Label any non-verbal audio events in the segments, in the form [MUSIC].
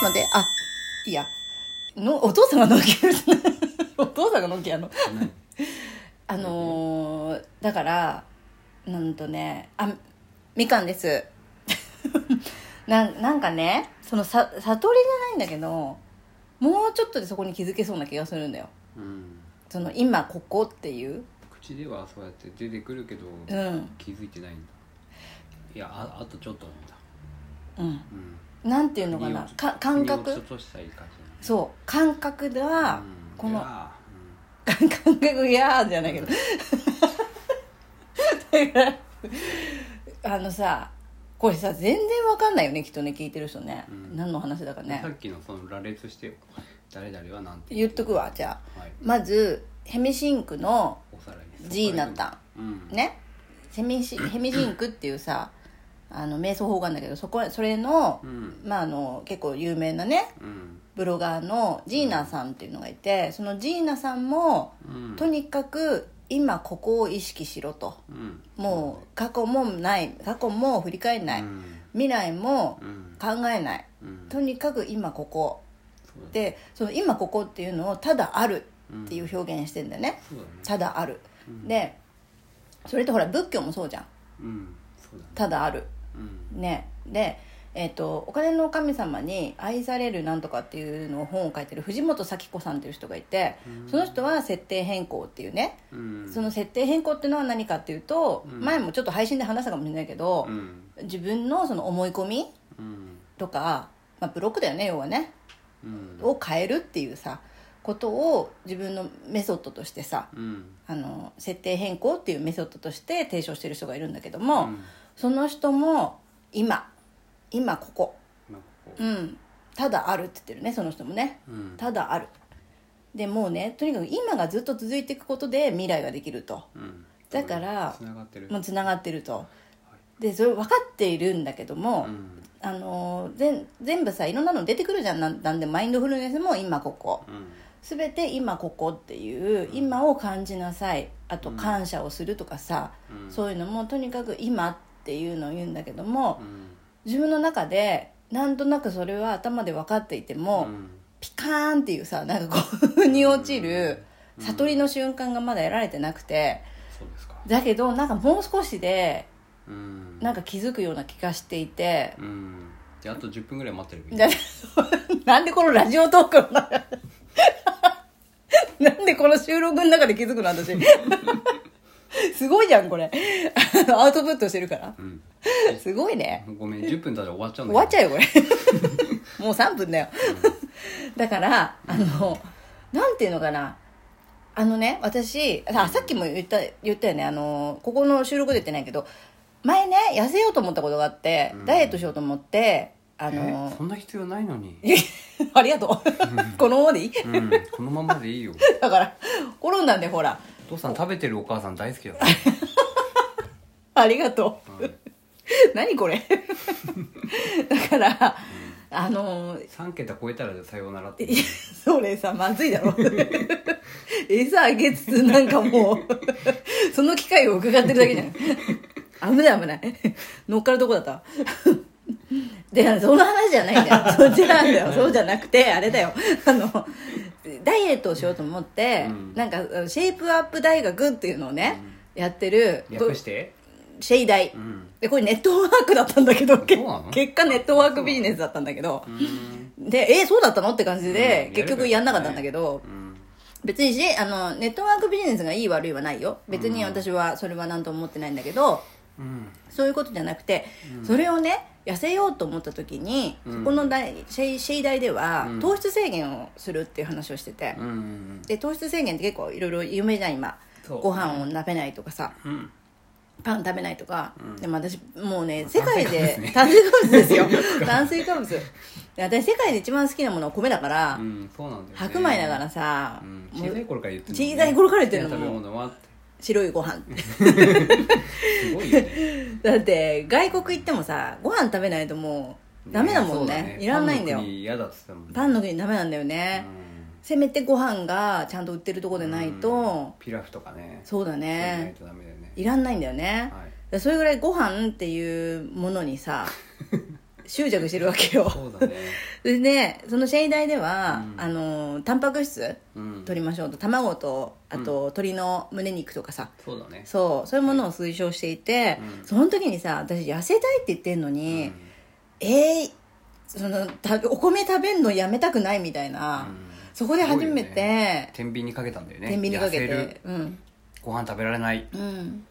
ので、あ、いや、の、お父さんがノキア、 [LAUGHS] お父さんがノキアの。あのーだから、なんとね、あ、みかんです。 [LAUGHS] なんなんかね、そのさ、悟りじゃないんだけど、もうちょっとでそこに気づけそうな気がするんだよ。うん、その、今、ここっていう。口ではそうやって出てくるけど、うん。気づいてないんだいやああとちょっとなんだ、うん。うん、なんていうのかな。か感国を覚ちょっとしたいい感じそう。感覚でだはな、うんこのいや感覚やーじゃないけどだからあのさこれさ全然わかんないよねきっとね聞いてる人ね、うん何の話だかうんさねっきのその羅列して誰々はなんて言っとくわじゃあはいまずヘミシンクのおさらいです G になったうんねヘミシヘミシンクっていうさあの瞑想法があるんだけどそこそれの、うんまああの結構有名なねうんブロガーのジーナさんっていうのがいてそのジーナさんもうんとにかく今ここを意識しろとうんもう過去もない過去も振り返んない、うん未来もうん考えないうんとにかく今ここそうだでその今ここっていうのをただあるうんっていう表現してんだよね、そうだねただある、でそれってほら仏教もそうじゃんうんそうだねただあるうんねでえっとお金の神様に愛されるなんとかっていうのを本を書いてる藤本咲子さんっていう人がいて、その人は設定変更っていうね、うんその設定変更っていうのは何かっていうと、うん前もちょっと配信で話したかもしれないけど、うん自分のその思い込みうんとか、まあ、ブロックだよね要はねうんを変えるっていうさことを自分のメソッドとしてさうんあの設定変更っていうメソッドとして提唱してる人がいるんだけども、うんその人も今今ここまあここうんただあるって言ってるねその人もねうんただあるでもうねとにかく今がずっと続いていくことで未来ができるとうんだからつながってるもうつながってるとでそれ分かっているんだけども、うんあのー全全部さいろんなの出てくるじゃんなんなんでマインドフルネスも今ここうん全て今ここっていう今を感じなさいあと感謝をするとかさ、うんそういうのもとにかく今っていうのを言うんだけどもうん自分の中でなんとなくそれは頭で分かっていても、うんピカーンっていうさなんかこう腑に落ちる悟りの瞬間がまだ得られてなくてそうですかだけどなんかもう少しでうんなんか気づくような気がしていてうんじゃああと10分ぐらい待ってるだ [LAUGHS] なんでこのラジオトークの中 [LAUGHS] なんでこの収録の中で気づくの [LAUGHS] 私すごいじゃんこれあのアウトプットしてるからうんすごいねごめん10分経ったら終わっちゃうん終だわっちゃゃうよこれ [LAUGHS] もう3分だよだからあのなんていうのかなあのね私あさっきも言った言ったよねあのここの収録で言ってないけど前ね痩せようと思ったことがあって、ダイエットしようと思ってあのえそんな必要ないのにいや [LAUGHS] ありがとう。 [LAUGHS] このままでいいうんこのままでいいよだから、転んだんでほら。お父さん食べてるお母さん大好き [LAUGHS] だかありがとらうんう。 [LAUGHS] 何これ [LAUGHS] だから、あのー3桁超えたらさようならっていや [LAUGHS] それさ、まずいだろ。餌あげつつ、なんかもう、その機会を伺ってるだけじゃん。危ない危ない。乗っかるとこだった。で、その話じゃないんだよ。そっちなんだよ。そうじゃなくて、あれだよ。あの、ダイエットをしようと思って、うんなんか、シェイプアップ大学っていうのをね、やってる、略してシェイ大。うんで、これネットワークだったんだけど、けそうなの結果ネットワークビジネスだったんだけど、うんで、えーそうだったのって感じで、うん結局やんなかったんだけど、うん別にし、あの、ネットワークビジネスがいい悪いはないよ。別に私はそれは何とも思ってないんだけど、うんそういうことじゃなくて、それをね、痩せようと思った時に、うんそこの大シェイシェイ大では、うん糖質制限をするっていう話をしてて、うんうんで、糖質制限って結構いろいろ有名じゃん、今。そうご飯を食べないとかさ。うんパン食べないとか、うんでも私もうねあ世界で炭炭水化物ですよ [LAUGHS] 炭水化物で私世界で一番好きなものは米だから、うんそうなんだよね白米だからさ、うんも小うさい頃から言ってる小さい頃から言ってるの好きな食べ物はって白いご飯すごいよねだって外国行ってもさご飯食べないともうダメだもんそうねいらないんだよパンの国嫌だっつってたもんねパンの国ダメなんだよね、せめてご飯がちゃんと売ってるとこでないと、うんピラフとかねそうだそうじゃないねとダメだよねいらんないんだよね、はい [LAUGHS] それぐらいご飯っていうものにさ執着してるわけよそうだねでねそのシェイダイでは、うんあのタンパク質うん取りましょうと卵とあと鶏の胸肉とかさ、そうだねそうそういうものを推奨していて、うんその時にさ私痩せたいって言ってんのに、うんえーそのたお米食べんのやめたくないみたいな、うんそこで初めて、すごいよね天秤にかけたんだよね天秤にかけ痩せるてうんご飯食べられないうん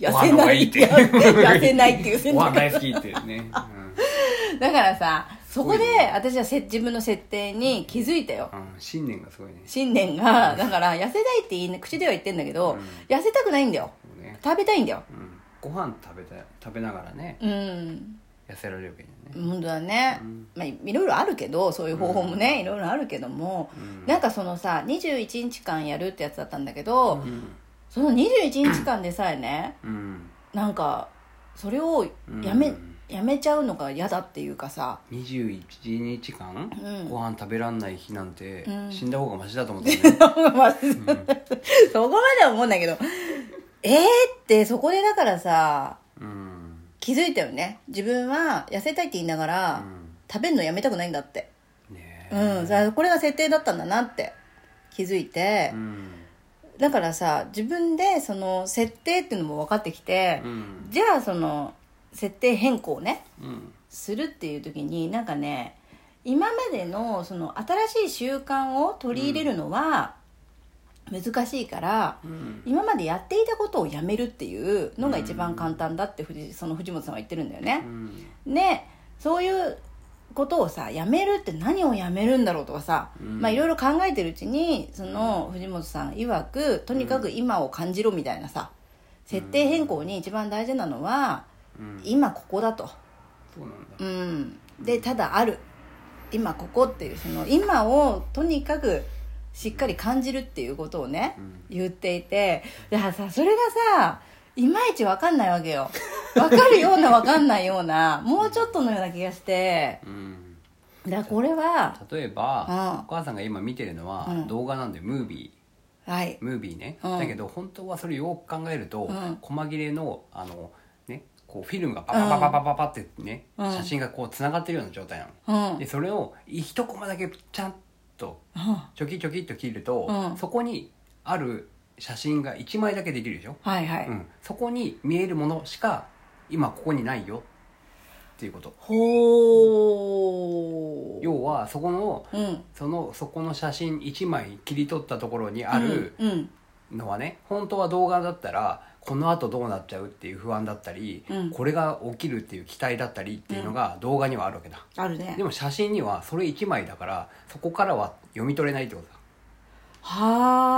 ご痩せ飯の方ながいいいっってて [LAUGHS] [LAUGHS] 痩せないっていうご選飯択大好きってね、だからさそこすでごいね私はせ自分の設定に気づいたようんうん、信念がすごいね信念がだから痩せたいって言い口では言ってんだけど、うん痩せたくないんだよそうね、食べたいんだようん、ご飯食べた食べながらねうん痩せられればいいんだよね本当だね、うんまあ、いいろいろあるけどそういう方法もね、いろいろあるけども、うんなんかそのさ21日間やるってやつだったんだけど、うんその21日間でさえねうんなんかそれをやめ、うんやめちゃうのが嫌だっていうかさ [LAUGHS] 21日間、うんご飯食べらんない日なんて、うん死んだ方がマシだと思ったねそこまでは思うんだけどえーってそこでだからさうん気づいたよね自分は痩せたいって言いながら、うん食べるのやめたくないんだってねうえん、さこれが設定だったんだなって気づいて、うんだからさ自分でその設定っていうのも分かってきて、うんじゃあその設定変更ねうんするっていう時になんかね今までのその新しい習慣を取り入れるのは難しいから、うん今までやっていたことをやめるっていうのが一番簡単だって藤その藤本さんは言ってるんだよねう。んねそういうことをさやめるって何をやめるんだろうとかさ、うんまあいろいろ考えてるうちにその藤本さん曰くとにかく今を感じろみたいなさ設定変更に一番大事なのはうん今ここだと。そうなんだうん、でただある今ここっていうその今をとにかくしっかり感じるっていうことをね、うん言っていてだからさそれがさいまいち分かんないわけよ分かるような分かんないようなもうちょっとのような気がしてうんだからこれは例えば、うんお母さんが今見てるのは、うん動画なんでムービーはいムービーね、うんだけど本当はそれよく考えると、うん細切れのあのねこうフィルムがパパパパパパパってね、うん写真がこうつながってるような状態なの、うんうんでそれを一コマだけちゃんとチョキチョキっと切ると、うんそこにある写真が1枚だけできるでしょ、はいはい、うん、そこに見えるものしか今ここにないよっていうことほー要はそこのうんそのそこの写真1枚切り取ったところにあるうんうんのはね、本当は動画だったらこのあとどうなっちゃうっていう不安だったり、うんこれが起きるっていう期待だったりっていうのが動画にはあるわけだ、あるねでも写真にはそれ1枚だからそこからは読み取れないってこと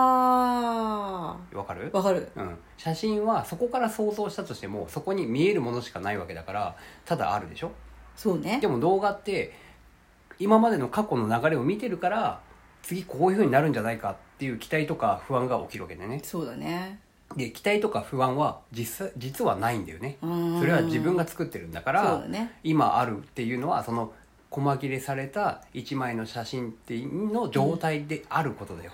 はだわかるあわかるうん、写真はそこから想像したとしてもそこに見えるものしかないわけだからただあるでしょそうねでも動画って今までの過去の流れを見てるから次こういう風になるんじゃないかっていう期待とか不安が起きるわけだよねそうだねで期待とか不安は実際実はないんだよねそそれは自分が作ってるんだからそうだね今あるっていうのはその細切れされた1枚の写真っていうの状態であることだよ、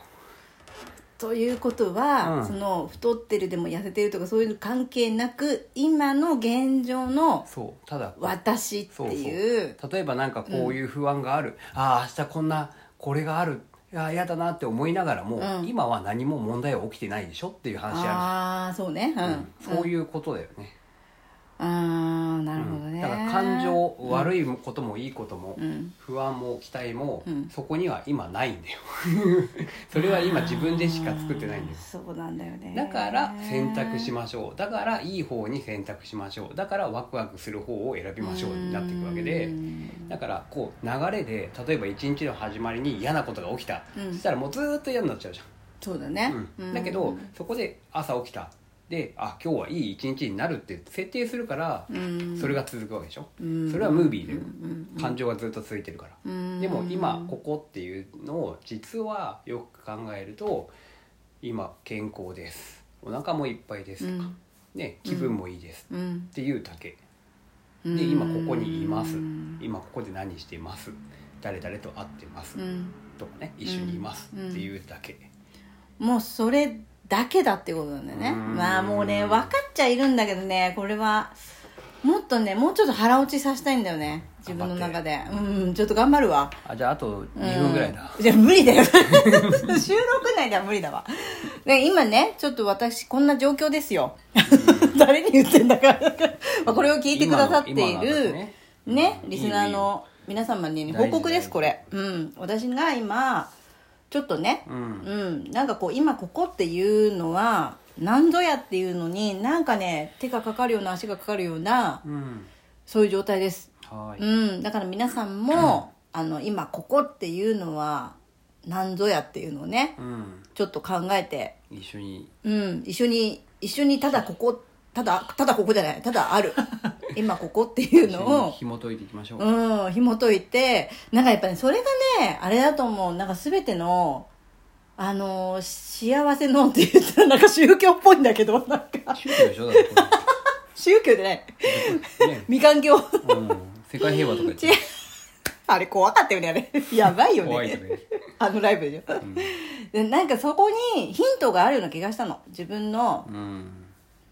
ということは、うんその太ってるでも痩せてるとかそういう関係なく今の現状のそうただ私っていう例えばなんかこういう不安がある、ああ明日こんなこれがあるあ嫌だなって思いながらも、うん今は何も問題は起きてないでしょっていう話あああそうねうるん、じうゃんん、うんそういうことだよね、ああなうるんほどね、だから感情、悪いこともいいことも、うん不安も期待も、うんそこには今ないんだよ [LAUGHS] それは今自分でしか作ってないんですあーそうなんだよねだから選択しまましょうだからいい方に選択しましょうだからワクワクする方を選びましょうになっていくわけでだからこう流れで例えば一日の始まりに嫌なことが起きた、うんそしたらもうずーっと嫌になっちゃうじそうだゃねん、、うんだけど、そこで朝起きたであ今日はいい一日になるって設定するから、うん、それが続くわけでしょ、うんそれはムービーでうん感情がずっと続いてるから、うんでも今ここっていうのを実はよく考えると今健康ですお腹もいっぱいですうとか、んね、気分もいいですうんっていうだけでで今ここにいますうん今ここで何しています誰々と会ってますうんとかね一緒にいますっていうだけもうそれだけだってことなんだよねうんまあもうね分かっちゃいるんだけどねこれはもっとねもうちょっと腹落ちさせたいんだよね自分の中でうんちょっと頑張るわあじゃああと2分ぐらいだ、うんじゃあ無理だよ [LAUGHS] 収録内では無理だわで今ねちょっと私こんな状況ですよ誰に言ってんだかまあこれを聞いてくださってい今の今のる私ねねうんリスナーの皆様に報告ですこれうん私が今ちょっとねうんうん、なんかこう今ここっていうのは何ぞやっていうのになんかね手がかかるような足がかかるようなうんそういう状態です、はーいうん、だから皆さんも、あの今ここっていうのは何ぞやっていうのをねうんちょっと考えて、一緒にうん、一緒に一緒にただここただただここじゃないただ [LAUGHS] ある今ここっていう一の緒にを紐解いていきましょう、うん、紐解いて、なんかやっぱね、それがね、あれだと思う。なんか全ての、あのー幸せのって言ったらなんか宗教っぽいんだけど、なんか、 [LAUGHS] 宗教でしょだってこ宗教じゃない。れね、未完教。うん、世界平和とか言って違う [LAUGHS] あれ怖かったよね、あれ。 [LAUGHS] やばいよね。怖いよねあのライブでしょ。でなんかそこにヒントがあるような気がしたの。自分の、うん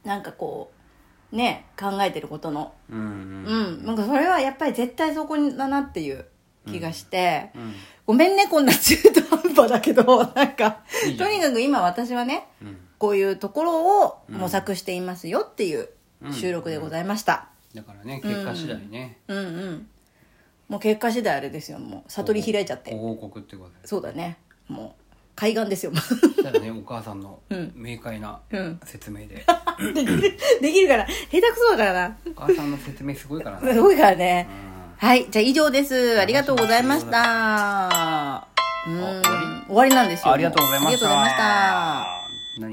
なんかこう、ね、考えてることの。うんうんうん、なんかそれはやっぱり絶対そこだなっていう気がして、うんごめんねこんな中途半端だけど [LAUGHS] なんかいいじとゃんにかく今私はねうんこういうところを模索していますよっていう収録でございました、だからね結果次第ね、うん、うんもう結果次第あれですよもう悟り開いちゃっごて報告ってことでそうだねもう海岸ですよも [LAUGHS] そしたらねお母さんの明快なうん説明で、うできるできるから下手くそだからなお母さんの説明すごいから [LAUGHS] ねすごいからねうんはいじゃあ以上ですありがとうございましたうん終わり終わりなんですよありがとうございまありがしたとうございました何が